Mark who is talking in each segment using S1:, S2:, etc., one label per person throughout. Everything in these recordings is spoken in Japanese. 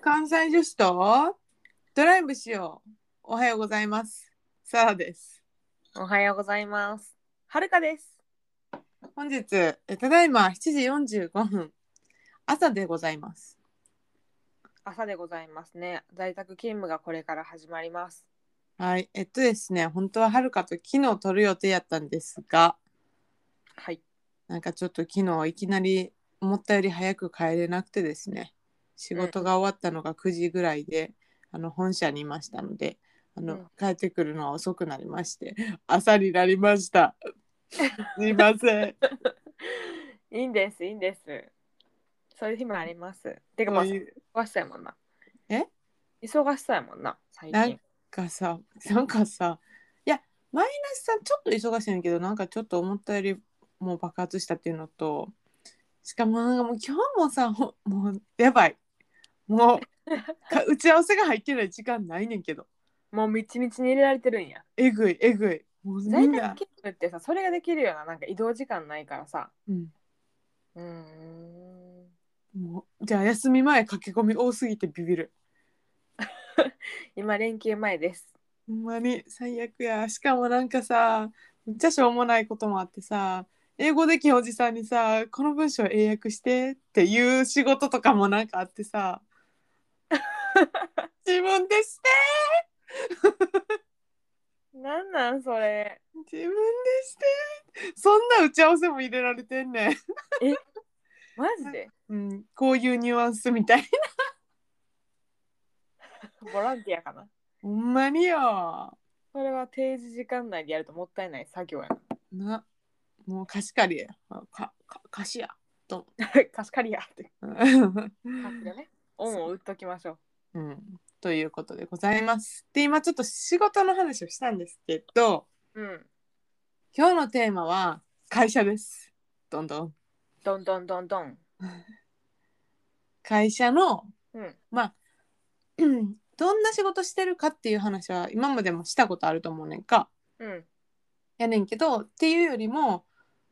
S1: 関西女子とドライブしよう。おはようございます。サラです。
S2: おはようございます。はるかです。
S1: 本日、えただいま7時45分、朝でございます。
S2: 朝でございますね。在宅勤務がこれから始まります。
S1: はい。えっとですね、本当ははるかと昨日撮る予定やったんですが、
S2: はい。
S1: なんかちょっと昨日いきなり思ったより早く帰れなくてですね、仕事が終わったのが9時ぐらいで、あの本社にいましたので、あの、
S2: うん
S1: 帰ってくるのは遅くなりまして、朝になりました。すいま せん。
S2: いいんです、いいんです。そういう日もあります。てかまあ、
S1: そういう
S2: 忙しそうやもんな。
S1: え
S2: 忙しそうやもんな、最近。
S1: がさなんかさいやマイナスさんちょっと忙しいんやけどなんかちょっと思ったよりもう爆発したっていうのとしかもなんかもう今日もさほもうやばいもうか打ち合わせが入ってない時間ないねんけど
S2: もうみちみちに入れられてるんや。
S1: えぐいえぐいもうみ
S2: 在
S1: ん
S2: 宅
S1: な
S2: 勤、務ってさ、それができるような、なんか移動時間ないからさ。
S1: うん、
S2: うーん。
S1: もうじゃあ休み前駆け込み多すぎてビビる
S2: 今、連休前です。
S1: ほんまに最悪やしかもなんかさめっちゃしょうもないこともあってさ英語できんおじさんにさ「この文章英訳して」っていう仕事とかもなんかあってさ自分でして
S2: なんなん、それ。
S1: 自分でしてそんな打ち合わせも入れられてんねん、
S2: マジで
S1: うん、こういうニュアンスみたい
S2: ボランティアかな。
S1: ほんまによ
S2: それは定時時間内でやるともったいない作業やな。
S1: なもう貸し借りやかか貸しやと
S2: 貸し借りやって感じだね。
S1: そう
S2: 恩を売っときましょう。
S1: うん、ということでございます。で今ちょっと仕事の話をしたんですけど
S2: うん。
S1: 今日のテーマは会社です。どんどん
S2: どんどんどんどん。
S1: 会社の
S2: うん。
S1: まあうんどんな仕事してるかっていう話は今までもしたことあると思うねんか
S2: うん。
S1: やねんけどっていうよりも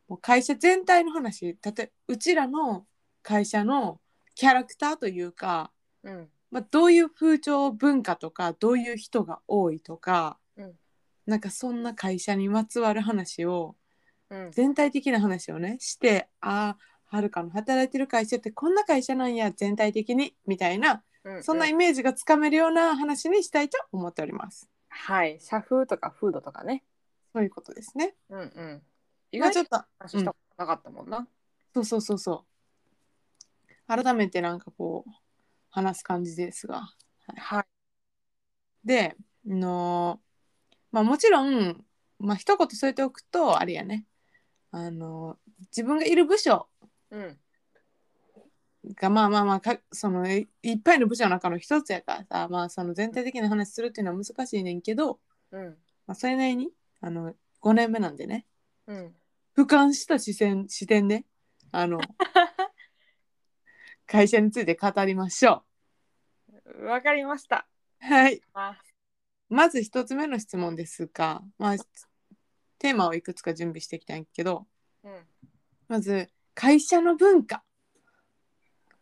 S1: もう会社全体の話例えばうちらの会社のキャラクターというか、
S2: うん。
S1: まあ、どういう風潮文化とかどういう人が多いとか、
S2: うん
S1: なんかそんな会社にまつわる話を
S2: うん。
S1: 全体的な話をねしてああはるかの働いてる会社ってこんな会社なんや全体的にみたいな
S2: うん。
S1: そんなイメージがつかめるような話にしたいと思っております。
S2: はい。社風とかフードとかね。
S1: そういうことですね。
S2: うんうん。意
S1: 今
S2: 外
S1: ちょ
S2: と
S1: っと
S2: 話したことなかったもんな。
S1: そうそうそうそう改めてなんかこう話す感じですが。
S2: はい。
S1: で、あのまあ、もちろん、まあ一言添えておくとあれやね、あの自分がいる部署
S2: うん。
S1: がまあまあまあかそのいいっぱいの部署の中の一つやからさ、まあ、その全体的な話するっていうのは難しいねんけど、
S2: うん。
S1: まあ、それなりにあの5年目なんでね
S2: うん。
S1: 俯瞰した視線視点であの会社について語りましょ
S2: わかりました。
S1: う。はい
S2: あ
S1: まず一つ目の質問ですが、まあ、テーマをいくつか準備してきたんやけど
S2: うん。
S1: まず会社の文化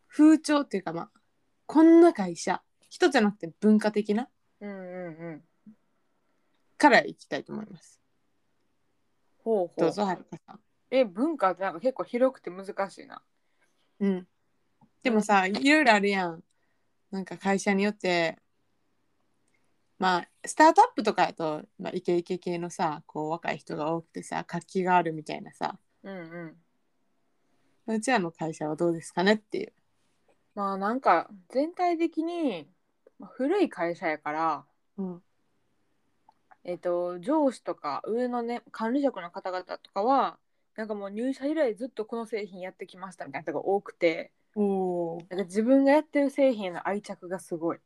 S1: 風潮っていうかまあこんな会社一つじゃなくて文化的な
S2: うんうんうん。
S1: からいきたいと思います。
S2: ほうほう。
S1: どうぞはるかさん。
S2: え、文化ってなんか結構広くて難しいな。
S1: うん、でもさいろいろあるやん。なんか会社によってまあスタートアップとかやと、まあ、イケイケ系のさこう若い人が多くてさ活気があるみたいなさ
S2: うんうん。
S1: うちらの会社はどうですかねっていう。
S2: まあなんか全体的にまあ古い会社やから、
S1: うん
S2: えっと上司とか上のね管理職の方々とかはなんかもう入社以来ずっとこの製品やってきましたみたいな人が多くて
S1: おー
S2: なんか自分がやってる製品への愛着がすごい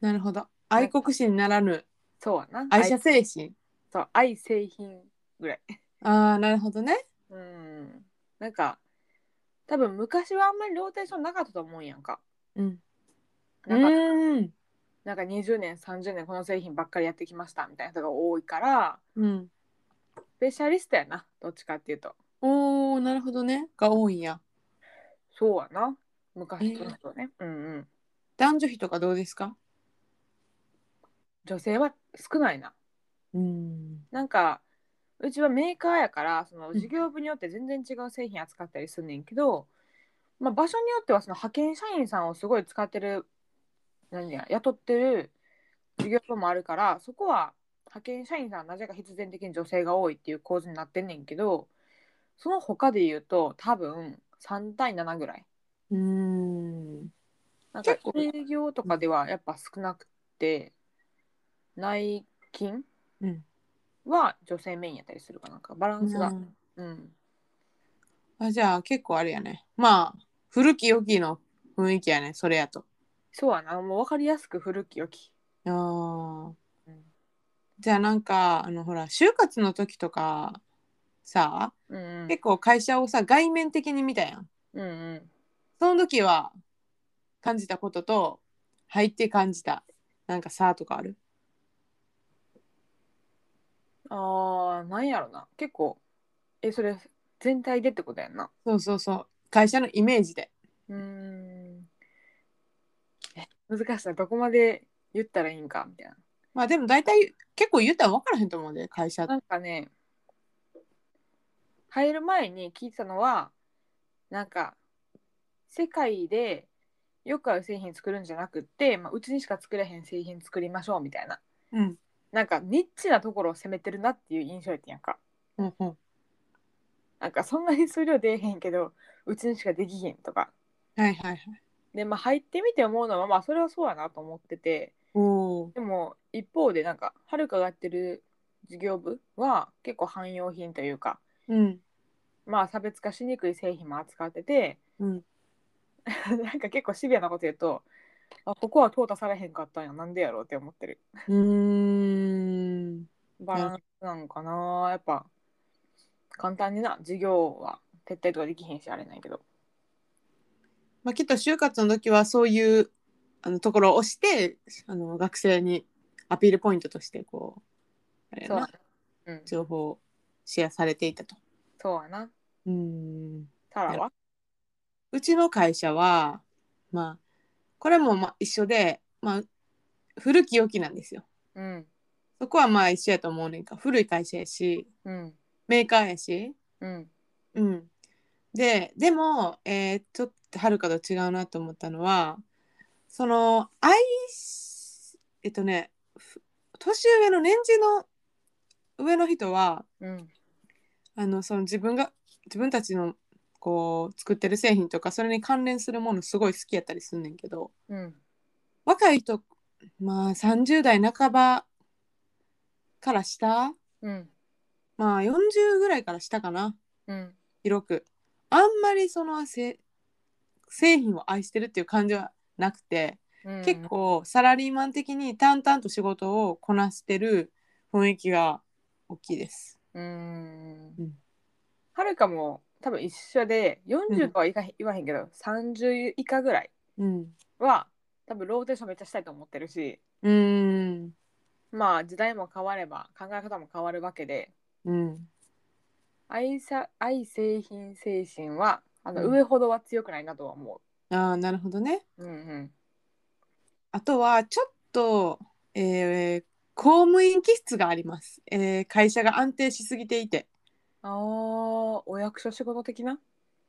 S1: なるほど愛国心ならぬ
S2: そうやな
S1: 愛社精神。
S2: そう愛製品ぐらい
S1: ああなるほどね。
S2: うんなんか多分昔はあんまりローテーションなかったと思うんやんか
S1: うん。
S2: なんか
S1: うん。
S2: なんか20年30年この製品ばっかりやってきましたみたいな人が多いから
S1: うん。
S2: スペシャリストやなどっちかっていうと
S1: おお、なるほどね。が多いんや。
S2: そうやな昔との人はね、うんうん
S1: 男女比とかどうですか
S2: 女性は少ないな
S1: うん
S2: なんかうちはメーカーやからその
S1: ん
S2: 事業部によって全然違う製品扱ったりすんねんけど、まあ、場所によってはその派遣社員さんをすごい使ってる何や雇ってる事業部もあるからそこは派遣社員さんはなぜか必然的に女性が多いっていう構図になってんねんけどその他で言うと多分3対7ぐらい。
S1: うん
S2: なんか
S1: 結構
S2: 営業とかではやっぱ少なくて内勤
S1: うん
S2: は女性メインやったりするかなんかバランスが、うん、
S1: あじゃあ結構あれやねまあ古き良きの雰囲気やねそれやと
S2: そうやなもう分かりやすく古き良き、
S1: あー
S2: うん
S1: じゃあなんかあのほら就活の時とかさ
S2: うんうん、
S1: 結構会社をさ外面的に見たやん
S2: うんうん
S1: その時は感じたことと入って感じたなんかさとかある
S2: あーなんやろな結構えそれ全体でってことやんな
S1: そうそうそう会社のイメージで
S2: うーんえ難しいなどこまで言ったらいいんかみたいな
S1: まあでも大体結構言ったら分からへんと思うで会社
S2: なんかね入る前に聞いてたのはなんか世界でよくある製品作るんじゃなくって、まあ、うちにしか作れへん製品作りましょうみたいな
S1: うん
S2: なんかニッチなところを攻めてるなっていう印象やったんやんか
S1: うんうん
S2: なんかそんなに数量出えへんけどうちにしかできへんとか
S1: はいはいはい
S2: でまあ入ってみて思うのはまあそれはそうやなと思ってて
S1: おお
S2: でも一方でなんかはるかがやってる事業部は結構汎用品というか
S1: うん
S2: まあ差別化しにくい製品も扱ってて
S1: うん
S2: なんか結構シビアなこと言うとあここは淘汰されへんかったんやなんでやろうって思ってる
S1: うーん
S2: バランスなんかなやっぱ簡単にな事業は撤退とかできへんしあれないけど
S1: まあきっと就活の時はそういうあのところを押してあの学生にアピールポイントとしてこうあれや
S2: そう
S1: な
S2: うん
S1: 情報をシェアされていたと
S2: そうやな
S1: うーん
S2: タラは
S1: うちの会社はまあこれもまあ一緒で、まあ、古き良きなんですよ
S2: うん
S1: そこはまあ一緒やと思うねんか古い会社やし
S2: うん
S1: メーカーやし
S2: うん
S1: うんででも、えーちょっとはるかと違うなと思ったのはその愛しえっとねふ年上の年次の上の人は
S2: うん
S1: あのその自分が自分たちのこう作ってる製品とかそれに関連するものすごい好きやったりすんねんけど
S2: うん
S1: 若い人まあ30代半ばから下
S2: うん
S1: まあ40ぐらいから下かな
S2: うん
S1: 広くあんまりそのせ製品を愛してるっていう感じはなくて、
S2: うん
S1: 結構サラリーマン的に淡々と仕事をこなしてる雰囲気が大きいです。
S2: うん
S1: うん
S2: はるかも多分一緒で
S1: う
S2: 40
S1: ん
S2: とは言かへん言わへんけど30以下ぐらい
S1: うん、
S2: は多分ローテーションめっちゃしたいと思ってるし
S1: うーん、
S2: まあ時代も変われば考え方も変わるわけで
S1: うん、
S2: 愛さ愛製品精神はあの
S1: うん
S2: 上ほどは強くないなとは思
S1: ああなるほどね。
S2: う。うんうん、
S1: あとはちょっと、えー公務員気質があります、えー会社が安定しすぎていて
S2: ああお役所仕事的な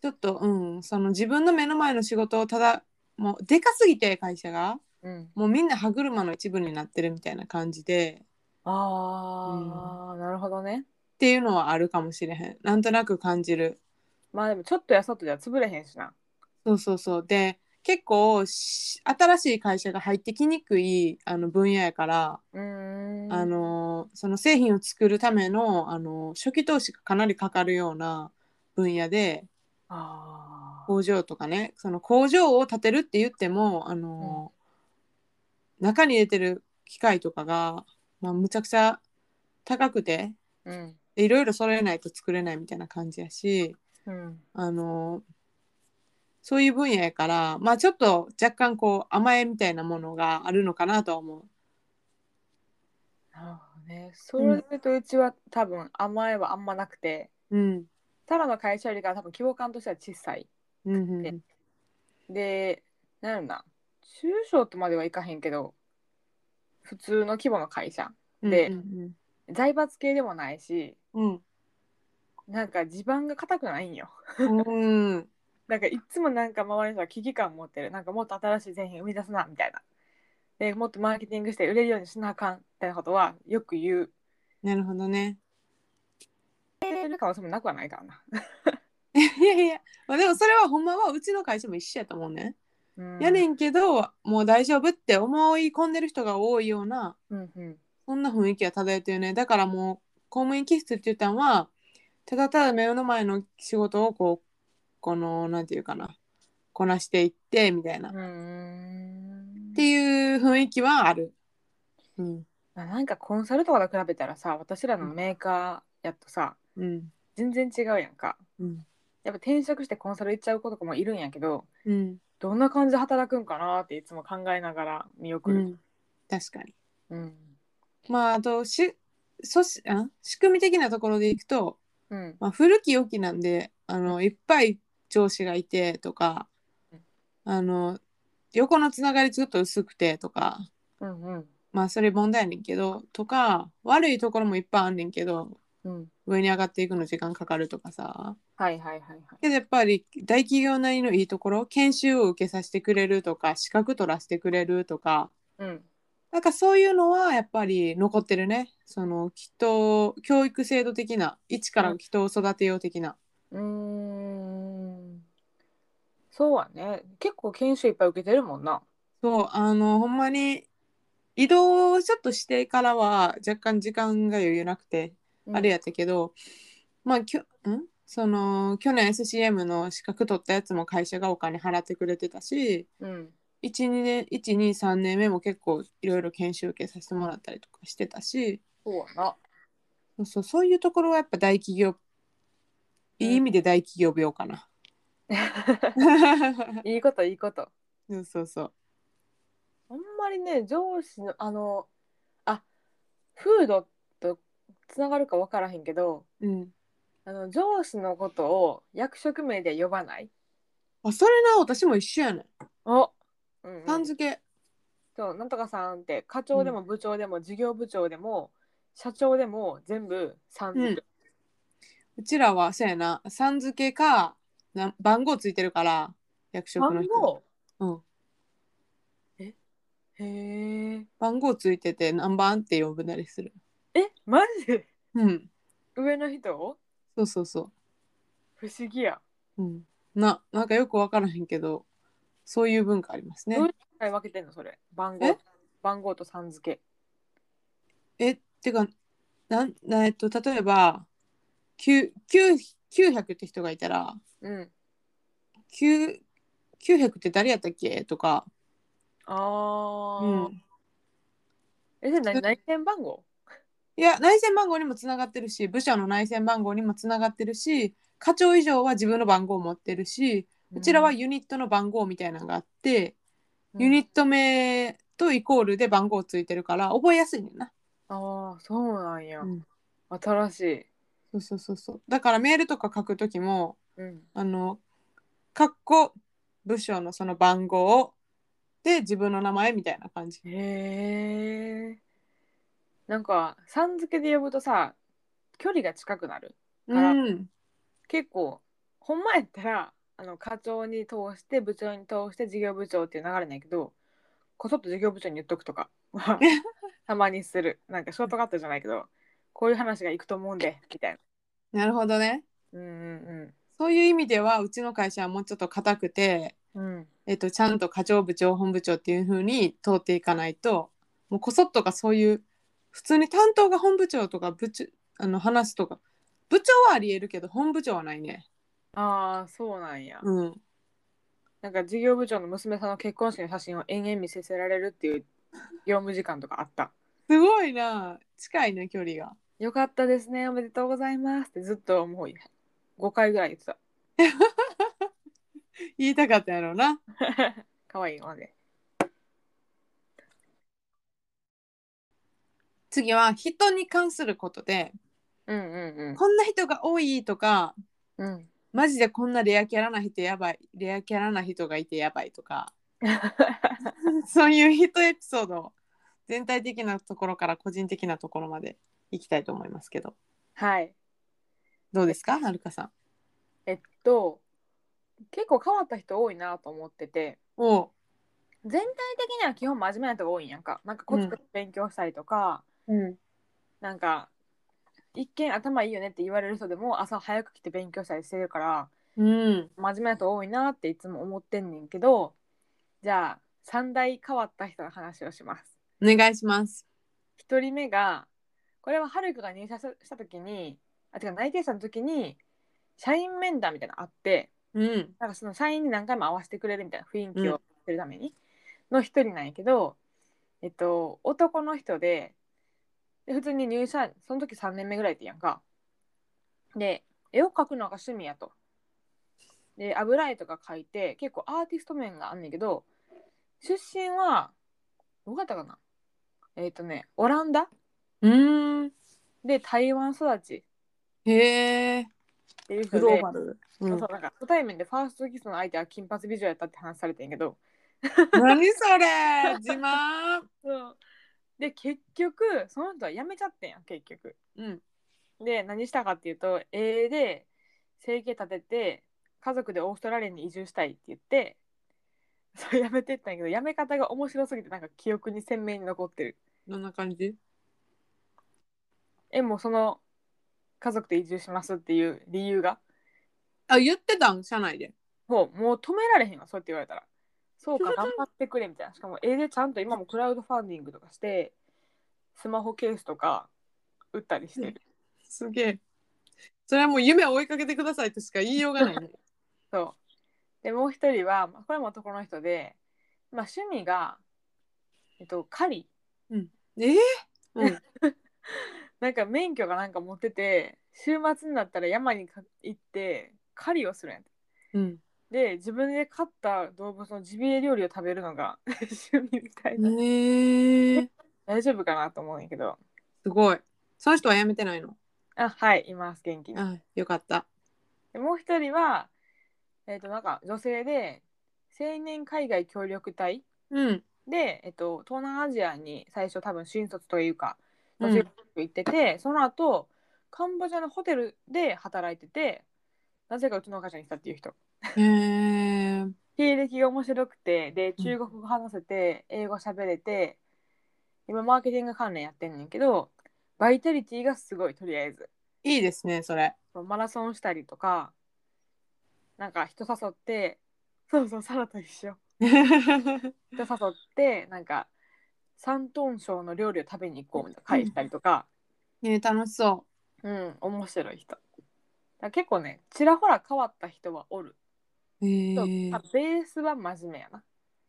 S1: ちょっと、うん、その自分の目の前の仕事をただもうでかすぎて会社が。
S2: うん、
S1: もうみんな歯車の一部になってるみたいな感じで
S2: ああ、なるほどね。
S1: っていうのはあるかもしれへんなんとなく感じる
S2: まあでもちょっとやそっとじゃ潰れへんしな。
S1: そうそうそうで結構し新しい会社が入ってきにくいあの分野やから、
S2: うーん
S1: あのその製品を作るためのあの初期投資がかなりかかるような分野で
S2: あー
S1: 工場とかねその工場を建てるって言ってもあの、中に入れてる機械とかが、まあ、むちゃくちゃ高くて
S2: うん
S1: でいろいろ揃えないと作れないみたいな感じやし
S2: うん
S1: あのそういう分野やからまあちょっと若干こう甘えみたいなものがあるのかなとは思う。
S2: なるほどね。それでとうちは多分甘えはあんまなくて、
S1: うん
S2: ただの会社よりかは多分規模感としては小さい。
S1: うんうんう
S2: で
S1: ん、
S2: でなんやろな中小とまではいかへんけど普通の規模の会社で
S1: うん
S2: 財閥系でもないし
S1: うん
S2: なんか地盤が硬くないんよ
S1: うん、うん、
S2: なんかいっつもなんか周りの人は危機感持ってるなんかもっと新しい製品生み出すなみたいなでもっとマーケティングして売れるようにしなあかんみたいなことはよく言う
S1: なるほどね。
S2: 売れてる可能性もなくはないからない
S1: やいや、まあ、でもそれはほんまはうちの会社も一緒やと思うね。
S2: うん
S1: やねんけどもう大丈夫って思い込んでる人が多いような
S2: うんうん
S1: そんな雰囲気が漂ってるねだからもう公務員気質って言ったんはただただ目の前の仕事をこうこのなんていうかなこなしていってみたいな、
S2: う
S1: っ
S2: ーん
S1: ていう雰囲気はある。うん
S2: まあなんかコンサルとかと比べたらさ私らのメーカーやとさ
S1: うん
S2: 全然違うやんか
S1: うん
S2: やっぱ転職してコンサル行っちゃう子とかもいるんやけど
S1: うん
S2: どんな感じで働くんかなっていつも考えながら見送
S1: う
S2: る、
S1: ん、確かに。
S2: うん
S1: まああとしそしあ仕組み的なところでいくと、
S2: うん
S1: まあ、古き良きなんであのいっぱい上司がいてとか
S2: うん
S1: あの横のつながりちょっと薄くてとか
S2: うんうん
S1: まあそれ問題やねんけどとか悪いところもいっぱいあんねんけど
S2: うん
S1: 上に上がっていくの時間かかるとかさ
S2: はいはいはいはい
S1: けどやっぱり大企業なりのいいところ研修を受けさせてくれるとか資格取らせてくれるとか
S2: うん
S1: なんかそういうのはやっぱり残ってるねその人教育制度的な一から人を育てよう的な。
S2: うーんそうはね結構研修いっぱい受けてるもんな
S1: そうあのほんまに移動をちょっとしてからは若干時間が余裕なくて、あれやったけどまあきょんその去年 SCM の資格取ったやつも会社がお金払ってくれてたし
S2: うん
S1: 12年123年目も結構いろいろ研修受けさせてもらったりとかしてたし
S2: そうはな
S1: そうそうそういうところはやっぱ大企業いい意味で大企業病かな。
S2: いいこといいこと
S1: そう そうそう。
S2: あんまりね上司のあのあフードとつながるか分からへんけど
S1: うん、
S2: あの上司のことを役職名で呼ばない
S1: あそれな私も一緒やねん。
S2: お、うんうん
S1: さん付け
S2: そうなんとかさんって課長でも部長でも事業部長でも社長でも全部さん付け、
S1: うちらはそうやなさん付けかな番号ついてるから役職の
S2: 番
S1: 人
S2: 号
S1: うん
S2: えへえ
S1: 番号ついてて何番って呼ぶなりする
S2: えマジで
S1: うん
S2: 上の人を
S1: そうそうそ
S2: 不思議や
S1: う、うん、ななんかよく分からへんけどそういう文化ありますね
S2: どういう使い分けてんのそれ番号
S1: え
S2: 番号とさん付け
S1: えってかなんなえっと例えば9 9 900って人がいたら
S2: うん
S1: 9 900って誰やったっけとか、
S2: ああ、
S1: うん、
S2: え、それ何、内線番号
S1: いや内線番号にもつながってるし部署の内線番号にもつながってるし課長以上は自分の番号を持ってるしうちらはユニットの番号みたいなのがあって、ユニット名とイコールで番号ついてるから覚えやすいねんな。
S2: ああ、そうなんや。
S1: うん
S2: 新しい。
S1: そうそうそうそうだからメールとか書く時も
S2: うん。
S1: あの括弧部署のその番号で自分の名前みたいな感じ。
S2: へえ。なんか、さん付けで呼ぶとさ、距離が近くなる。
S1: うん、
S2: 結構、ほんまやったら、あの課長に通して、部長に通して、事業部長っていう流れなんやけど、こそっと事業部長に言っとくとか はたまにする。なんかショートカットじゃないけど、こういう話がいくと思うんで、みたいな。
S1: なるほどね。
S2: うんうん
S1: そういう意味ではうちの会社はもうちょっと硬くて、
S2: うん。うん。
S1: えっと、ちゃんと課長部長本部長っていう風に通っていかないともうこそっとかそういう普通に担当が本部長とか部長あの話すとか部長はありえるけど本部長はないね。
S2: ああ、そうなんや。
S1: うん、
S2: なんか事業部長の娘さんの結婚式の写真を延々見せせられるっていう業務時間とかあった。
S1: すごいな近いね距離が。
S2: よかったですね、おめでとうございますってずっともう5回ぐらい言ってた。
S1: 言いたかったやろうな。
S2: かわいいまで。
S1: 次は人に関することで
S2: うんう
S1: こんな人が多いとか
S2: んうん。うん。
S1: マジでこんなレアキャラな人やばいレアキャラな人がいてやばいとかそういう人エピソード全体的なところから個人的なところまでいきたいと思いますけど
S2: はい。
S1: どうですかはるかさん。
S2: えっと結構変わった人多いなと思ってて
S1: おう、
S2: 全体的には基本真面目な人が多いんやんかなんかコツコツ勉強したりとか、
S1: うん、
S2: なんか一見頭いいよねって言われる人でも朝早く来て勉強したりしてるから
S1: うん、
S2: 真面目な人多いなっていつも思ってんねんけどじゃあ3大変わった人の話をします。
S1: お願いします。
S2: 1人目がこれはハルクが入社した時にあてか内定者の時に社員面談みたいなのあって
S1: うん、
S2: なんかその社員に何回も会わせてくれるみたいな雰囲気をするために、の一人なんやけど、えっと、男の人でで普通に入社その時3年目ぐらいってやんかで絵を描くのが趣味やとで油絵とか描いて結構アーティスト面があんねんけど出身はどこやったかなえっ、とねオランダ
S1: うん、
S2: で台湾育ち
S1: へえ、
S2: っていう人
S1: グ
S2: で
S1: ローバル。う
S2: そ
S1: ん
S2: う、なんか初対面でファーストキスの相手は金髪美女やったって話されてんけど
S1: 何それ、自慢。
S2: そうで結局その人は辞めちゃってんやん結局
S1: うん、
S2: で何したかっていうと A で生計立てて家族でオーストラリアに移住したいって言ってそう辞めてったんやけど辞め方が面白すぎてなんか記憶に鮮明に残ってる
S1: どんな感じ。
S2: えもうその家族で移住しますっていう理由が
S1: あ、言ってたん、社内で。
S2: もうもう止められへんわそうやって言われたらそうか頑張ってくれみたいなしかも A でちゃんと今もクラウドファンディングとかしてスマホケースとか売ったりしてる
S1: すげえ。それはもう夢を追いかけてくださいとしか言いようがないね。
S2: そう。で、もう一人は、まあこれも男の人で、まあ、趣味が、えっと、狩り。
S1: ええうん、
S2: なんか免許がなんか持ってて、週末になったら山にか行って、狩りをするんやて
S1: うん。
S2: で、自分で飼った動物のジビエ料理を食べるのが 趣味みたいな。
S1: ねえ
S2: 大丈夫かなと思うんやけど。
S1: すごい。その人は辞めてないの。
S2: あ、はい、います、元気に。
S1: あ、よかった。
S2: でもう一人は、えっと、なんか女性で、青年海外協力隊
S1: うん。
S2: で、えっと、東南アジアに最初多分新卒というか
S1: うん
S2: 途中行ってて、その後カンボジアのホテルで働いててなぜかうちの会社に来たっていう人
S1: へえ
S2: 経歴が面白くて
S1: う
S2: で
S1: ん
S2: 中国語話せて、英語喋れて今マーケティング関連やってんねんけどバイタリティがすごいとりあえず
S1: いいですね、そ れ。
S2: マラソンしたりとかなんか人誘ってそうそうサラと一緒で誘ってなんか山東省の料理を食べに行こうみたいな会したりとか、
S1: ねえ楽しそ
S2: うん面白い人だから結構ねちらほら変わった人はおる、
S1: う。へえ
S2: とあベースは真面目やな、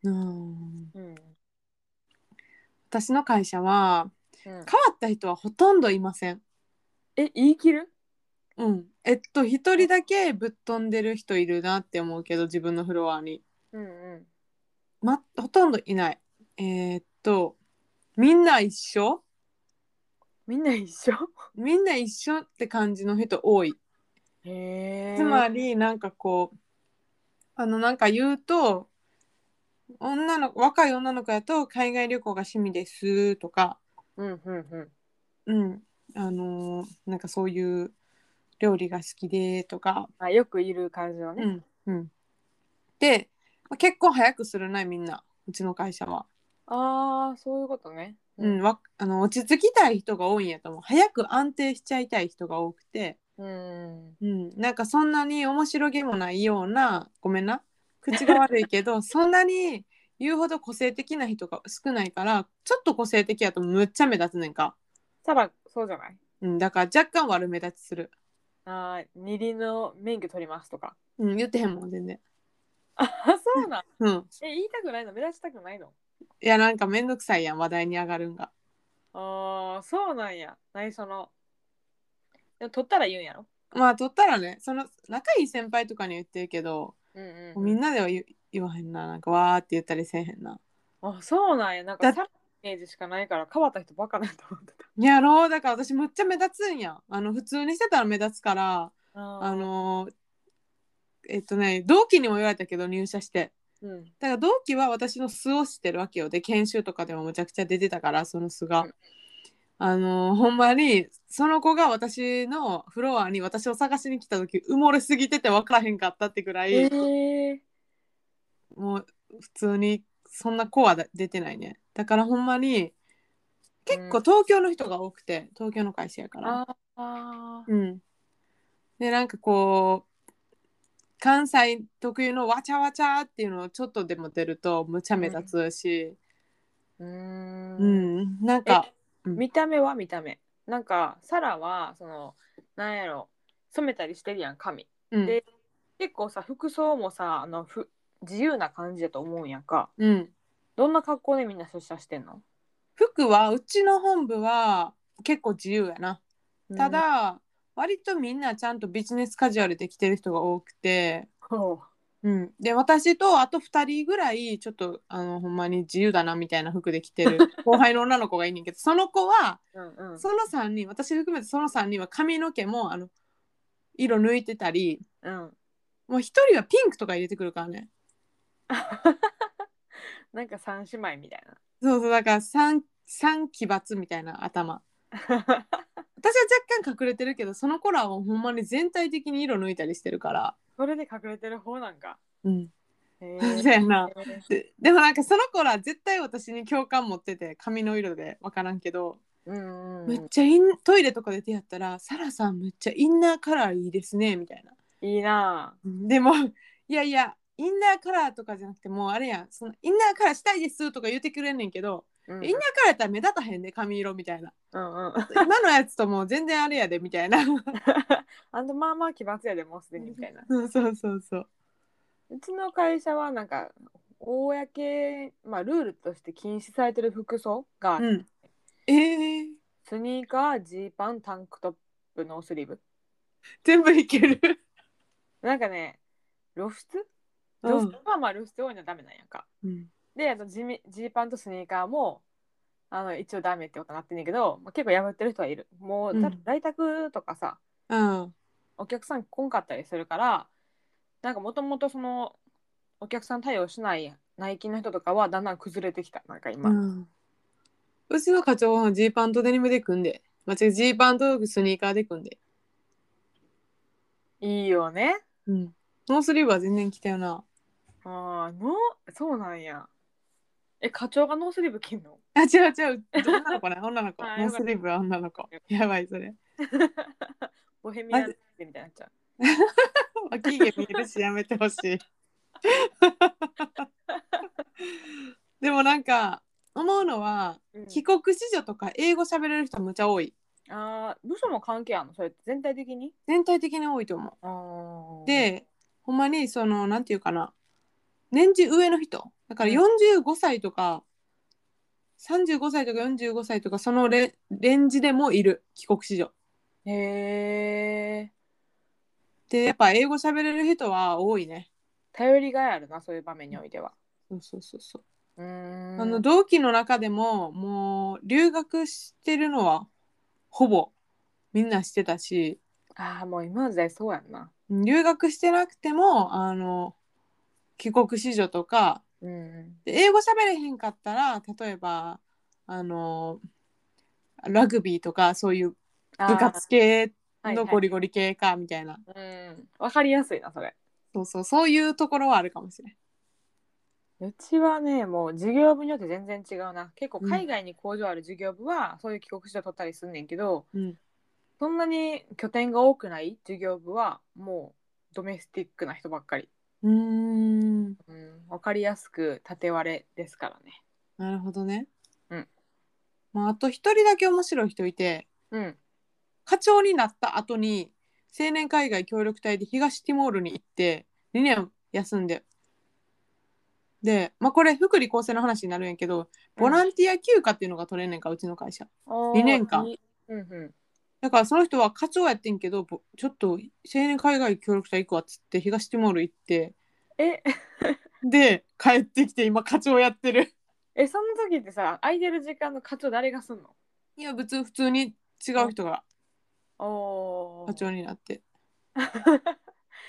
S1: うん。
S2: うん
S1: 私の会社は
S2: うん
S1: 変わった人はほとんどいません。
S2: え言い切る
S1: うん。えっと一人だけぶっ飛んでる人いるなって思うけど自分のフロアに、
S2: うんう
S1: ま、ほとんどいない。えーっとみんな一緒
S2: んみんな一緒
S1: みんな一緒って感じの人多い。
S2: へえ
S1: つまりなんかこうあのなんか言うと女の若い女の子やと海外旅行が趣味ですとか、
S2: うんうんうん
S1: うんあのーなんかそういう料理が好きでとか、
S2: あよくいる感じの
S1: う
S2: ね、
S1: んうん、でまあ結婚早くするなみんなうちの会社は、
S2: ああそういうことね
S1: う
S2: うん
S1: ん、わあの落ち着きたい人が多いんやと思う早く安定しちゃいたい人が多くて、
S2: うん
S1: うん、なんかそんなに面白げもないようなごめんな口が悪いけど そんなに言うほど個性的な人が少ないからちょっと個性的やとむっちゃ目立つねんか、
S2: ただそうじゃない
S1: うん、だから若干悪目立ちする、
S2: あー二輪の免許取りますとか
S1: うん、言ってへんもん全然、
S2: あそう なん
S1: うん、
S2: え言いたくないの目立ちたくないの
S1: いやなんかめんどくさいやん話題に上がるんが
S2: ああそうなんや何そのでも取ったら言うんやろ
S1: まあ取ったらねその仲いい先輩とかに言ってるけど、
S2: うんうん、
S1: みんなでは言言わへんななんかわーって言ったりせえへんな
S2: あそうなんやなん
S1: だ
S2: かサラのイメージしかないから変わった人バカだと思ってた
S1: やろうだから私むっちゃ目立つんやんあの普通にしてたら目立つから
S2: あ
S1: あのーえっとね同期にも言われたけど入社して
S2: うん
S1: だから同期は私の素を知ってるわけよで研修とかでもむちゃくちゃ出てたからその素が、
S2: うん
S1: あのーほんまにその子が私のフロアに私を探しに来た時埋もれすぎてて分からへんかったってぐらい、
S2: えー
S1: もう普通にそんな子は出てないねだからほんまに結構
S2: うん
S1: 東京の人が多くて東京の会社やから
S2: ああ
S1: うん、でなんかこう関西特有のわちゃわちゃっていうのをちょっとでも出るとむちゃ目立つし、
S2: うーん
S1: うんなんかうん
S2: 見た目は見た目なんかサラはそのなんやろ染めたりしてるやん髪
S1: うん
S2: で結構さ服装もさあのふ自由な感じだと思うんやんか
S1: うん、
S2: どんな格好でみんな出社してんの
S1: 服はうちの本部は結構自由やなた、だ、割とみんなちゃんとビジネスカジュアルで来てる人が多くて、
S2: うん
S1: うん、で私とあと2人ぐらいちょっとあのほんまに自由だなみたいな服で着てる後輩の女の子がいんねんけどその子は
S2: うんうん、
S1: その3人私含めてその3人は髪の毛もあの色抜いてたり
S2: うん、
S1: もう1人はピンクとか入れてくるからね
S2: なんか三姉妹みたい
S1: そうそうだから三三奇抜みたいな頭
S2: な
S1: 私は若干隠れてるけどその子らはほんまに全体的に色抜いたりしてるから
S2: それで隠れてる方なんか
S1: うん
S2: へ
S1: そうやな
S2: ー
S1: ででもなんかその子ら絶対私に共感持ってて髪の色で分からんけど、
S2: うんう
S1: め
S2: ん
S1: っちゃイントイレとかで出会ったら「サラさんめっちゃインナーカラーいいですね」みたいな。
S2: いいな
S1: でもいやいやインナーカラーとかじゃなくてもうあれやんそのインナーカラーしたいですとか言ってくれんねんけど、
S2: ぁ、うん
S1: インナーカラーやったら目立たへんで髪色みたいな
S2: うんうん、
S1: 今のやつともう全然あれやでみたいな
S2: あんたまあまあ奇抜やでもうすでにみたいな
S1: そうそうそうそう
S2: うちの会社はなんか公、まあ、ルールとして禁止されてる服装が、
S1: うんえー、
S2: スニーカージーパンタンクトップノースリーブ
S1: 全部いける
S2: なんかね露出
S1: うん
S2: 女性はまあ露出多いのはダメなんやんか、
S1: うん
S2: であとジミジーパンとスニーカーもあの一応ダメってことになってんねんけど、まあ、結構破ってる人はいるもう、
S1: うん
S2: だ在宅とかさ
S1: うん
S2: お客さん来んかったりするからなんかもともとそのお客さん対応しない内勤の人とかはだんだん崩れてきたなんか今、
S1: うんうちの課長はジーパンとデニムで組んで間違えジーパンとスニーカーで組んで
S2: いいよね
S1: うんノースリーブは全然着たよな
S2: ああのそうなんやえ課長がノースリーブ着んの
S1: あ違う違う女の子ね女 の子
S2: あ
S1: ノースリーブは女の子やばいそれ
S2: ボヘミアンってみたいになっちゃう
S1: 脇毛見えるしやめてほしいでもなんか思うのは、
S2: うん
S1: 帰国子女とか英語喋れる人むちゃ多い
S2: ああ部署も関係あるのそれ全体的に
S1: 全体的に多いと思
S2: あ
S1: う
S2: あ
S1: でほんまにそのなんていうかな年次上の人だから
S2: うん
S1: 45歳とか、35歳とか45歳とかそのレレンジでもいる帰国子女
S2: へえ
S1: でやっぱ英語喋れる人は多いね
S2: 頼りがいあるなそういう場面においては
S1: そうそうそうそう
S2: うーん
S1: あの同期の中でももう留学してるのはほぼみんなしてたし
S2: ああもう今の時代そうやんな
S1: 留学してなくてもあの帰国子女とか
S2: うん
S1: で英語喋れへんかったら例えばあのラグビーとかそういう部活系
S2: あー
S1: のゴリゴリ系かみたいな、
S2: はいはいうんわかりやすいなそれ
S1: そうそうそういうところはあるかもしれん。
S2: うちはねもう事業部によって全然違うな結構海外に工場ある事業部は、そういう帰国子女取ったりすんねんけど、
S1: うん
S2: そんなに拠点が多くない授業部はもうドメスティックな人ばっかり。
S1: うーん
S2: うん、わかりやすく縦割れですからね。
S1: なるほどね。
S2: うん
S1: まあ、あと一人だけ面白い人いて
S2: うん。
S1: 課長になった後に青年海外協力隊で東ティモールに行って2年休んでで、まあ、これ福利厚生の話になるんやけどボランティア休暇っていうのが取れんねんかうちの会社
S2: 二
S1: 二年間
S2: うんう
S1: だからその人は課長やってんけどぼちょっと青年海外協力隊行くわっつって東ティモール行って
S2: ん。え、
S1: で帰ってきて今課長やってる
S2: え、その時ってさ、空いてる時間の課長誰がすんの
S1: いや別に普通に違う人が
S2: おお。
S1: 課長になって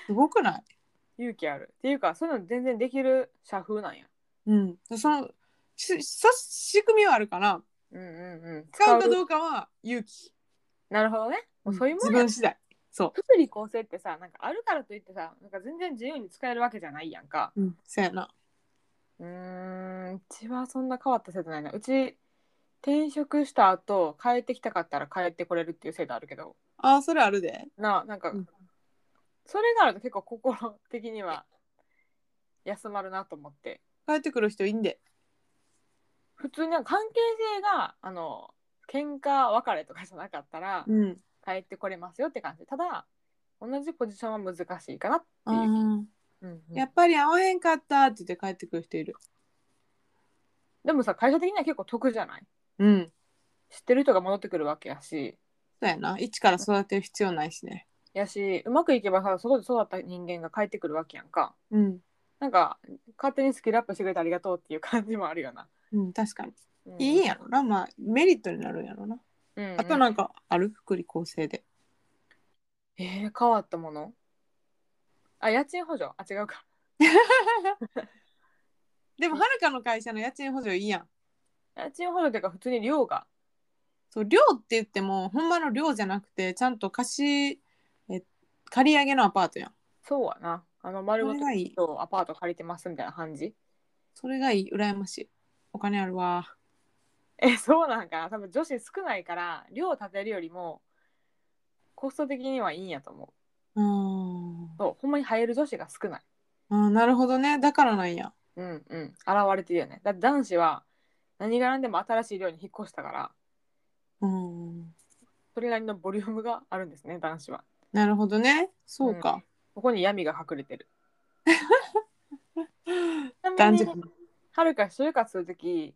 S1: すごくない
S2: 勇気あるっていうかそういうの全然できる社風なんや
S1: うん、でそのしそ仕組みはあるから
S2: うんうんうん
S1: 使うか
S2: 使う
S1: どうかは勇気
S2: なるほどねもうそういうも
S1: 自
S2: んや
S1: 分次第そ
S2: 福利厚生ってさなんかあるからといってさなんか全然自由に使えるわけじゃないやんか
S1: う、うん、そやな
S2: うーんうちはそんな変わった制度ないなうち転職した後帰ってきたかったら帰ってこれるっていう制度あるけど
S1: あーそれあるで
S2: ななんか、
S1: うん
S2: それがあると結構心的には休まるなと思って
S1: 帰ってくる人いいんで
S2: 普通になんか関係性があの喧嘩別れとかじゃなかったら
S1: うん
S2: 帰ってこれますよって感じただ同じポジションは難しいかなって
S1: あ
S2: いう、
S1: ー
S2: うんうん
S1: やっぱり会わへんかったって言って帰ってくる人いる
S2: でもさ会社的には結構得じゃない
S1: うん
S2: 知ってる人が戻ってくるわけやし
S1: そうやな一から育てる必要ないしね
S2: やしうまくいけばさそこで育った人間が帰ってくるわけやんか
S1: うん、
S2: なんか勝手にスキルアップしてくれてありがとうっていう感じもあるよな、
S1: うん、確かに
S2: うん
S1: いいんやろなまあメリットになるんやろな
S2: うんうん
S1: あとなんかある福利厚生で
S2: えー、変わったものあ家賃補助あ違うか
S1: でもはるかの会社の家賃補助いいやん
S2: 家賃補助っていうか普通に寮が
S1: そう寮って言ってもほんまの寮じゃなくてちゃんと貸しえ借り上げのアパートやん
S2: そうはなあの丸ご
S1: それがいい
S2: とアパート借りてますみたいな感じ
S1: それがいい羨ましいお金あるわ
S2: えそうなんかな多分女子少ないから寮を建てるよりもコスト的にはいいんやと思う
S1: うん
S2: そうほんまに入る女子が少ない
S1: あーなるほどねだからなんや
S2: うんうん現れてるよねだって男子は何が何でも新しい寮に引っ越したから
S1: うん
S2: それなりのボリュームがあるんですね男子は
S1: なるほどねそうか、
S2: ここに闇が隠 れてるちなみ
S1: 男
S2: に
S1: 女
S2: はるか就活するとき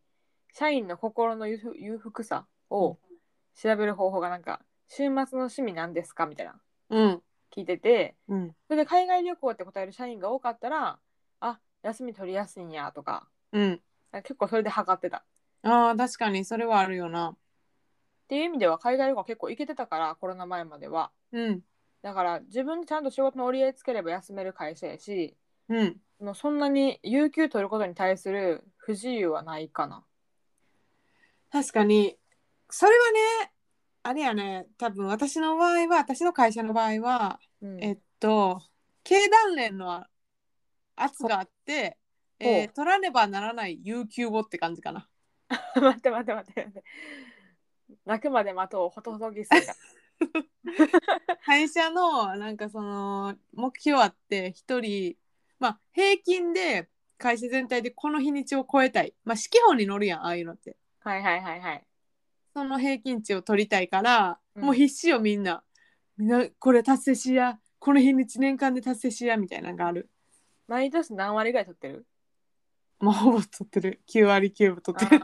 S2: 社員の心の裕福裕福さを調べる方法がなんか週末の趣味なんですかみたいな
S1: うん
S2: 聞いてて
S1: うん
S2: それで海外旅行って答える社員が多かったらあ休み取りやすいんやとか
S1: うん
S2: 結構それで測ってた
S1: あー確かにそれはあるよな
S2: っていう意味では海外旅行結構行けてたからコロナ前までは
S1: うん
S2: だから自分でちゃんと仕事の折り合いつければ休める会社やし
S1: うん
S2: もうそんなに有給取ることに対する不自由はないかな
S1: 確かにそれはねあれやね多分私の場合は私の会社の場合は
S2: うん
S1: えっと経団連の圧があって、
S2: ほう
S1: えー取らねばならない有給をって感じかな。
S2: 待って待って待って待って泣くまで待とうほとほとぎすぎた
S1: 会社のなんかその目標あって1人、まあ、平均で会社全体でこの日にちを超えたい、まあ、指揮法に乗るやんああいうのって
S2: はいはいはいはい
S1: その平均値を取りたいから、
S2: うん
S1: もう必死よみんなみんなこれ達成しやこの日にち年間で達成しやみたいなのがある
S2: 毎年何割ぐらい取ってる
S1: まあほぼ取ってる9割9分取ってる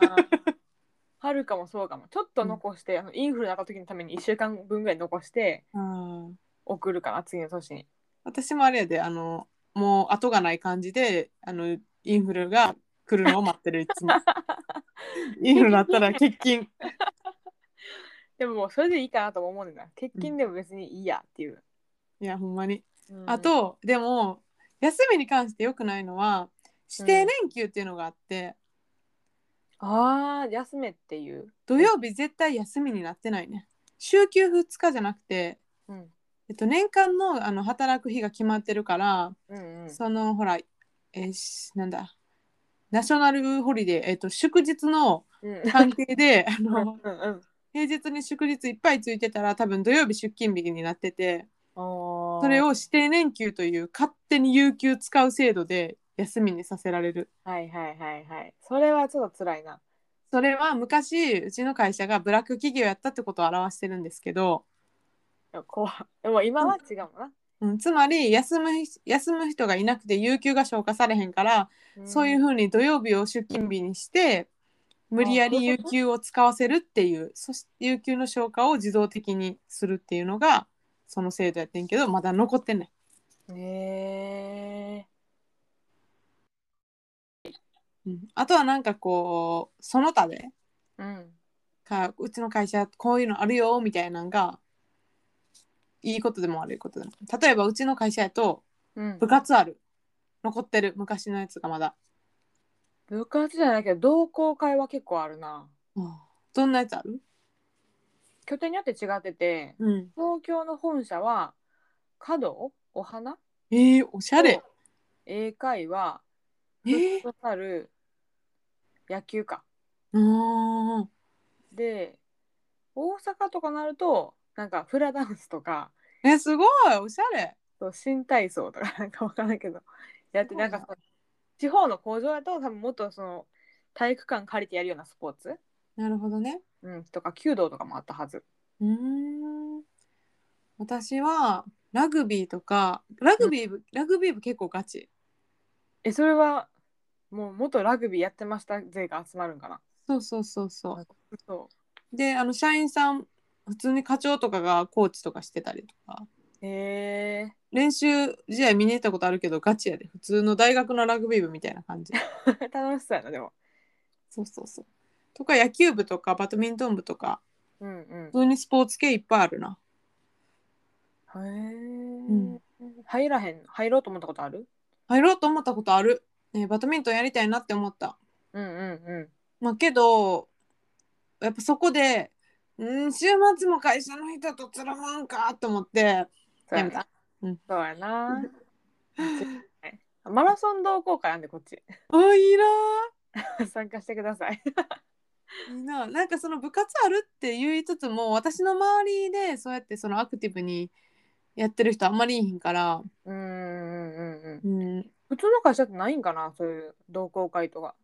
S2: はるかもそうかもちょっと残して、あのインフルになった時のために1週間分ぐらい残して
S1: うん
S2: 送るかな次の年に
S1: 私もあれやであのもう後がない感じであのインフルが来るのを待ってるいつも インフルだったら欠勤
S2: でももうそれでいいかなとも思うねんだ欠勤でも別にいいやっていう、
S1: いやほんまに、
S2: うん
S1: あとでも休みに関して良くないのは指定連休っていうのがあって、
S2: あー休めっていう、
S1: 土曜日絶対休みになってないね週休2日じゃなくて、
S2: うん、
S1: えっと、年間のあの働く日が決まってるから、
S2: うんうん
S1: そのほらえーしなんだナショナルホリデー、えっと、祝日の
S2: うん
S1: 関係であ
S2: う
S1: の
S2: んうん
S1: 平日に祝日いっぱいついてたら多分土曜日出勤日になってて
S2: そ
S1: それを指定年休という勝手に有給使う制度で休みにさせられる
S2: はいはいはいはいそれはちょっと辛いな
S1: それは昔うちの会社がブラック企業やったってことを表してるんですけど、
S2: いや怖いでも今は違うもんな、
S1: うん、つまり休む休む人がいなくて有給が消化されへんから、そういうふうに土曜日を出勤日にして無理やり有給を使わせるっていうそして有給の消化を自動的にするっていうのがその制度やってんけどまだ残ってんねん
S2: へえ
S1: うんあとはなんかこうその他で
S2: うん
S1: かうちの会社こういうのあるよみたいなのがいいことでも悪いことでも例えばうちの会社やと
S2: うん
S1: 部活ある残ってる昔のやつがまだ
S2: 部活じゃないけど同好会は結構あるな
S1: どんなやつある
S2: 拠点によって違ってて
S1: うん
S2: 東京の本社は角お花
S1: えー、おしゃれ
S2: 英会は
S1: えー、
S2: フットサル野球か
S1: あ
S2: で大阪とかなるとなんかフラダンスとか
S1: ーえすごいおしゃれ
S2: そう新体操とか なんかわからんけどやって
S1: すご
S2: ない
S1: なん
S2: かその地方の工場だと多分もっとその体育館借りてやるようなスポーツ、
S1: なるほどね
S2: うん、とか弓道とかもあったはず
S1: うーん私はラグビーとかラグビー部、ラグビー部結構ガチ
S2: えそれはもう元ラグビーやってました勢が集まるんかな
S1: そうそうそうそ
S2: は
S1: う
S2: そ
S1: であの社員さん普通に課長とかがコーチとかしてたりとか
S2: うへえ
S1: 練習試合見に行ったことあるけどガチやで普通の大学のラグビー部みたいな感じ
S2: ー、 楽しそうやなでも
S1: そうそうそうとか野球部とかバドミントン部とか
S2: うんうん
S1: 普通にスポーツ系いっぱいあるな
S2: へえ、
S1: ん
S2: 入らへん入ろうと思ったことある
S1: 入ろうと思ったことある、ね、バドミントンやりたいなって思った
S2: うんうんうん
S1: まあけどやっぱそこでうん週末も会社の人とつるむんかと思って
S2: そうや
S1: やめた
S2: な。
S1: うん
S2: そう やな。マラソン同好会なんでこっち
S1: あいいな
S2: 参加してください。
S1: いいななんかその部活あるって言いつつも私の周りでそうやってそのアクティブにやってる人あんまりいいひんから、
S2: うんうんうんうん。
S1: うん、
S2: 普通の会社ってないんかなそういう同好会とか。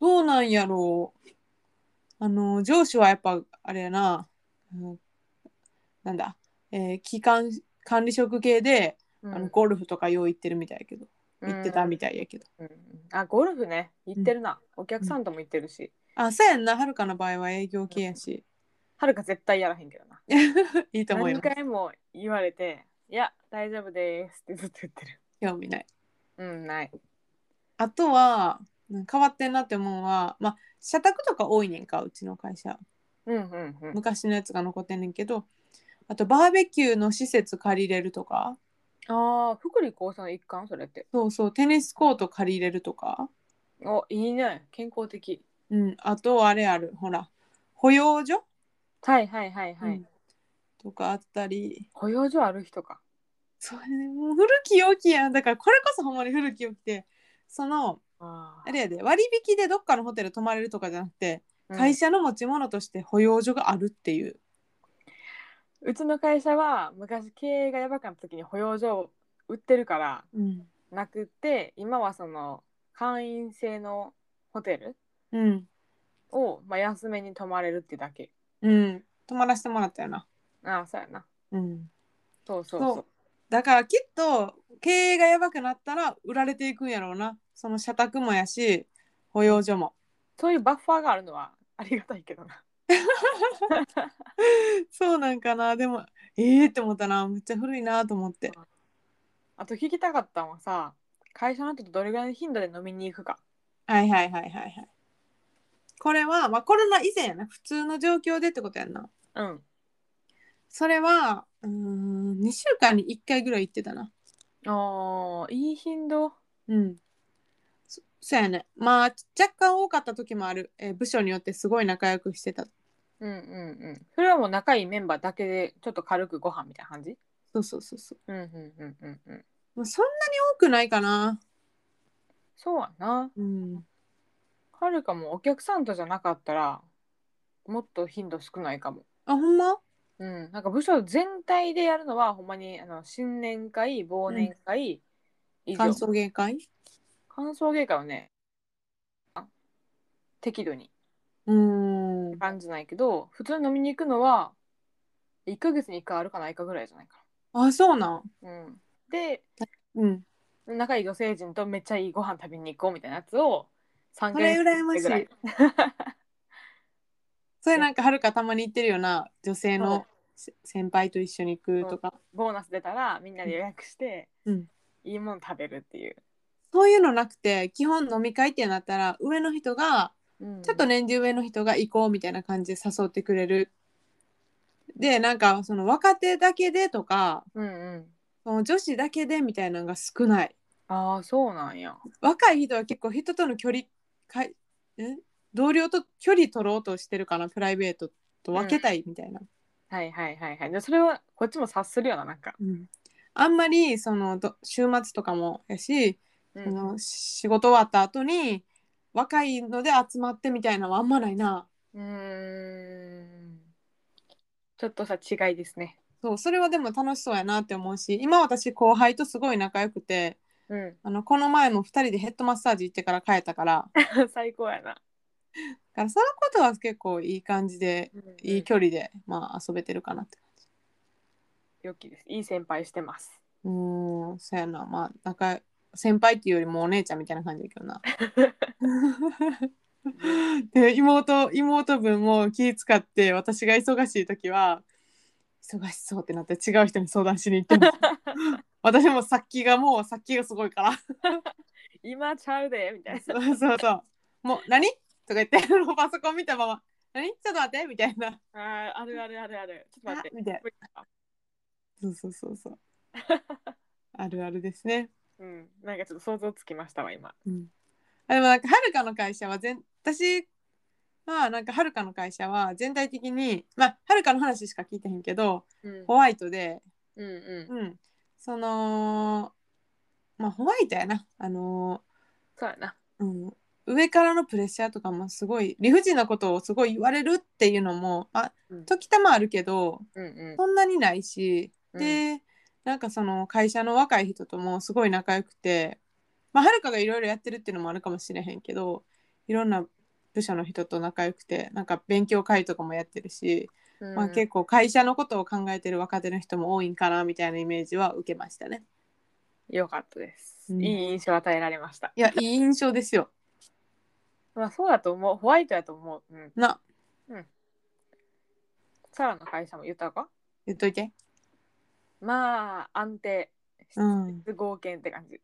S1: どうなんやろうあの上司はやっぱあれやな、うんなんだ、えー、機関管理職系で、あのゴルフとかよう行ってるみたいやけど行ってたみ
S2: た
S1: たいやけど。
S2: い。うんあゴルフね行ってるな。お客さんとも行ってるし。
S1: あ、そうやんな、はるかの場合は営業系やし。
S2: はるか絶対やらへんけどな。
S1: いいと思い
S2: 何
S1: ます。
S2: 回も言われて「いや大丈夫です」ってずっと言ってる。
S1: 興味ない。
S2: うんない。
S1: あとは、うん変わってんなって思うのは、まあ、社宅とか多いねんか、うちの会社。
S2: うんうんうん。
S1: 昔のやつが残ってんねんけど、あとバーベキューの施設借りれるとか、
S2: ああ福利厚生の一環それって。
S1: そうそう、テニスコート借りれるとか、
S2: おいいね健康的。
S1: うん、あとあれある、ほら、保養所、
S2: はいはいはいは
S1: う
S2: い。
S1: んとかあったり、
S2: 保養所ある人か。
S1: それね、もう古き良きやん。だからこれこそほんまに古き良きで、その、
S2: あ
S1: あれやで、割引でどっかのホテル泊まれるとかじゃなくて、会社の持ち物として保養所があるっていう。
S2: うん、うちの会社は昔経営がやばかった時に保養所を売ってるから
S1: うん。
S2: なくって今はその会員制のホテル
S1: うん。
S2: を、まあ、安めに泊まれるってだけ
S1: うん。泊まらせてもらったよな。
S2: ああそうやな
S1: うん。
S2: そうそうそう
S1: そう。だからきっと経営がやばくなったら売られていくんやろうな。その社宅もやし、保養所も。
S2: そういうバッファーがあるのはありがたいけどな
S1: そうなんかな。でも、ええー、って思ったな。めっちゃ古いなと思って。
S2: あと聞きたかったのはさ会社の人とどれぐらいの頻度で飲みに行くか
S1: はいはいはいはいはい。これは、まあ、コロナ以前やな。普通の状況でってことやんな。
S2: うん
S1: それは、うーん、2週間に1回ぐらい行ってたな。
S2: あーいい頻度
S1: うん。そそうやね。まあ、若干多かった時もある。えー部署によってすごい仲良くしてた。
S2: うんうんうんそれはもう仲いいメンバーだけでちょっと軽くご飯みたいな感じ
S1: そうそうそうそう。
S2: うんうんうんうんうん
S1: まあ、そんなに多くないかな。
S2: そうやな。
S1: うん。
S2: はるかもお客さんとじゃなかったら、もっと頻度少ないかも。
S1: あ、ほんま
S2: うん。なんか部署全体でやるのは、ほんまにあの新年会、忘年会、以上。
S1: 歓送迎会
S2: 歓送迎会はね、あ適度に
S1: うーん。
S2: 感じないけど、普通に飲みに行くのは、1ヶ月に1回あるかないかぐらいじゃないか
S1: あ、そうなん。
S2: な。うん。で、
S1: うん。
S2: 仲いい女性陣とめっちゃいいご飯食べに行こうみたいなやつを3
S1: それ羨まし
S2: ぐら
S1: い。 それなんかはるかたまに行ってるよな。女性のせ先輩と一緒に行くとか。
S2: ボーナス出たらみんなで予約して、
S1: うん
S2: いいもの食べるっていう、
S1: そういうのなくて、基本飲み会ってなったら、上の人が、ちょっと
S2: ね
S1: 年中上の人が行こうみたいな感じで誘ってくれる。で、なんかその若手だけでとか、
S2: うんうん
S1: その女子だけでみたいなのが少ない。
S2: ああそうなんや。
S1: 若い人は結構人との距離かいん同僚と距離取ろうとしてるかなプライベートと分けたいみたいな、
S2: はいはいはいはい。でそれはこっちも察するよななんか。
S1: うんあんまりそのど週末とかもやし、
S2: う
S1: そ
S2: ん
S1: の仕事終わった後に若いので集まってみたいなのはあんまないな
S2: うーん。ちょっとさ違いですね。
S1: そうそれはでも楽しそうやなって思うし今私後輩とすごい仲良くて
S2: うん。
S1: あのこの前も2人でヘッドマッサージ行ってから帰ったからだ
S2: 最高やな。
S1: からそのことは結構いい感じでいい距
S2: 離。
S1: 離で、まあ、遊べてるかなって
S2: 良きです。いい先輩してます。
S1: うーん、そうやな。まあ、なんか、先輩っていうよりもお姉ちゃんみたいな感じだけ どな。で、妹、妹分も気使って、私が忙しい時は、忙しそうってなって違う人に相談しに行って も私も先がもう先がすごいから。
S2: 今ちゃうでみたいな。
S1: そうそうそう。もう、何とか言って、あのパソコン見たまま、何ちょっと待ってみたいな。
S2: あーあるあるあるある。ちょっと待って
S1: あ。みたいな。そうそうそう そう。あるあるですね。
S2: うん。なんかちょっと想像つきましたわ今。
S1: うん、あでもなんかはるかの会社は全私はなんかはるかの会社は全体的にまあはるかの話しか聞いてへんけど
S2: うん
S1: ホワイトで、
S2: うんうん。
S1: うん、そのまあホワイトやなあの、
S2: そうやな。
S1: うん、上からのプレッシャーとかもすごい理不尽なことをすごい言われるっていうのもあ
S2: うん
S1: 時たまあるけど
S2: うんうん。
S1: そんなにないし、
S2: うん
S1: でなんかその会社の若い人ともすごい仲良くて、まあ、はるかがいろいろやってるっていうのもあるかもしれへんけどいろんな部署の人と仲良くてなんか勉強会とかもやってるし、まあ、結構会社のことを考えてる若手の人も多いんかなみたいなイメージは受けましたね。
S2: 良かったです。
S1: うん
S2: いい印象を与えられました。
S1: い やいい印象ですよ。
S2: まあそうだと思う。ホワイトやと思う。うん。
S1: な
S2: サラの会社も言ったか
S1: 言っといて。
S2: まあ安定。
S1: うん
S2: 質合憲って感じ。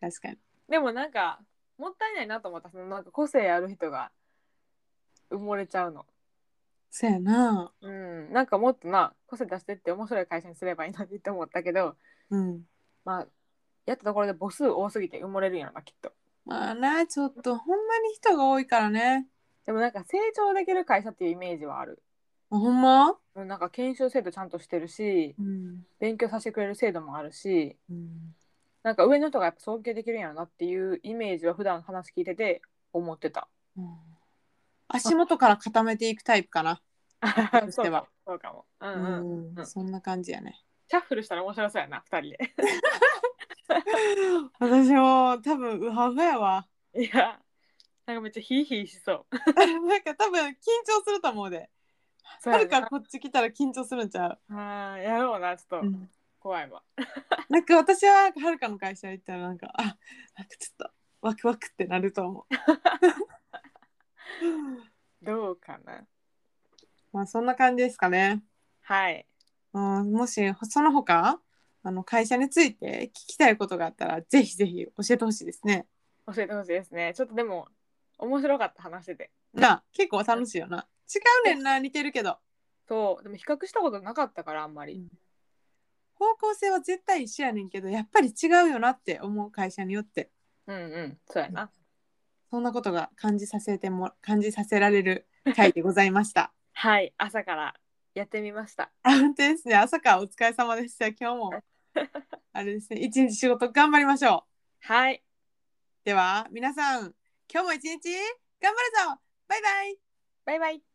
S1: 確かに。
S2: でもなんかもったいないなと思った。そのなんか個性ある人が埋もれちゃうの。
S1: そやな。
S2: うん。なんかもっとな個性出してって面白い会社にすればいいのにって思ったけど、
S1: うん。
S2: まあやったところで母数多すぎて埋もれるんやろなきっと。
S1: まあなちょっとほんまに人が多いからね。
S2: でもなんか成長できる会社っていうイメージはある。
S1: あほんま、
S2: うんなんか研修制度ちゃんとしてるし、
S1: うん
S2: 勉強させてくれる制度もあるし、
S1: うん、
S2: なんか上の人がやっぱ尊敬できるんやろなっていうイメージは普段話聞いてて思ってた。
S1: うん足元から固めていくタイプかな。としては
S2: そうかも。そうかも。う
S1: うん
S2: うん。
S1: んそんな感じやね。
S2: シャッフルしたら面白そうやな、二人
S1: 私も多分ウハウハやわ。
S2: で。い や、なんかめっちゃヒーヒーしそう。
S1: なんか多分緊張すると思うで。
S2: そう
S1: は
S2: や
S1: る
S2: な
S1: かこっち来たら緊張するんちゃ
S2: あーやろうな、ちょっ
S1: う。う
S2: と
S1: ん
S2: 怖いわ。
S1: なんか私ははるかの会社行ったらなんかあなんかちょっとワクワクってなると 思う。
S2: どうかな。
S1: まあそんな感じですかね。
S2: はい。
S1: うんもしその他あの会社について聞きたいことがあったらぜひぜひ教えてほしいですね。
S2: 教えてほしいですね。ちょっとでも、面白かった話してて。
S1: なあ結構楽しいよな。違うねんな似てるけど。
S2: そう、でも比較したことなかったから、あんまり。
S1: 方向性は絶対一緒やねんけどやっぱり違うよなって思う会社によって
S2: うんうん、そうやな。
S1: そんなことが感じさせても感じさせられる回でございました。
S2: はい、朝からやってみました。
S1: あ本当ですね朝からお疲れ様でした今日もあれですね一日仕事頑張りましょ
S2: はい。
S1: うでは皆さん今日も一日頑張るぞバイバイ
S2: バイバイ。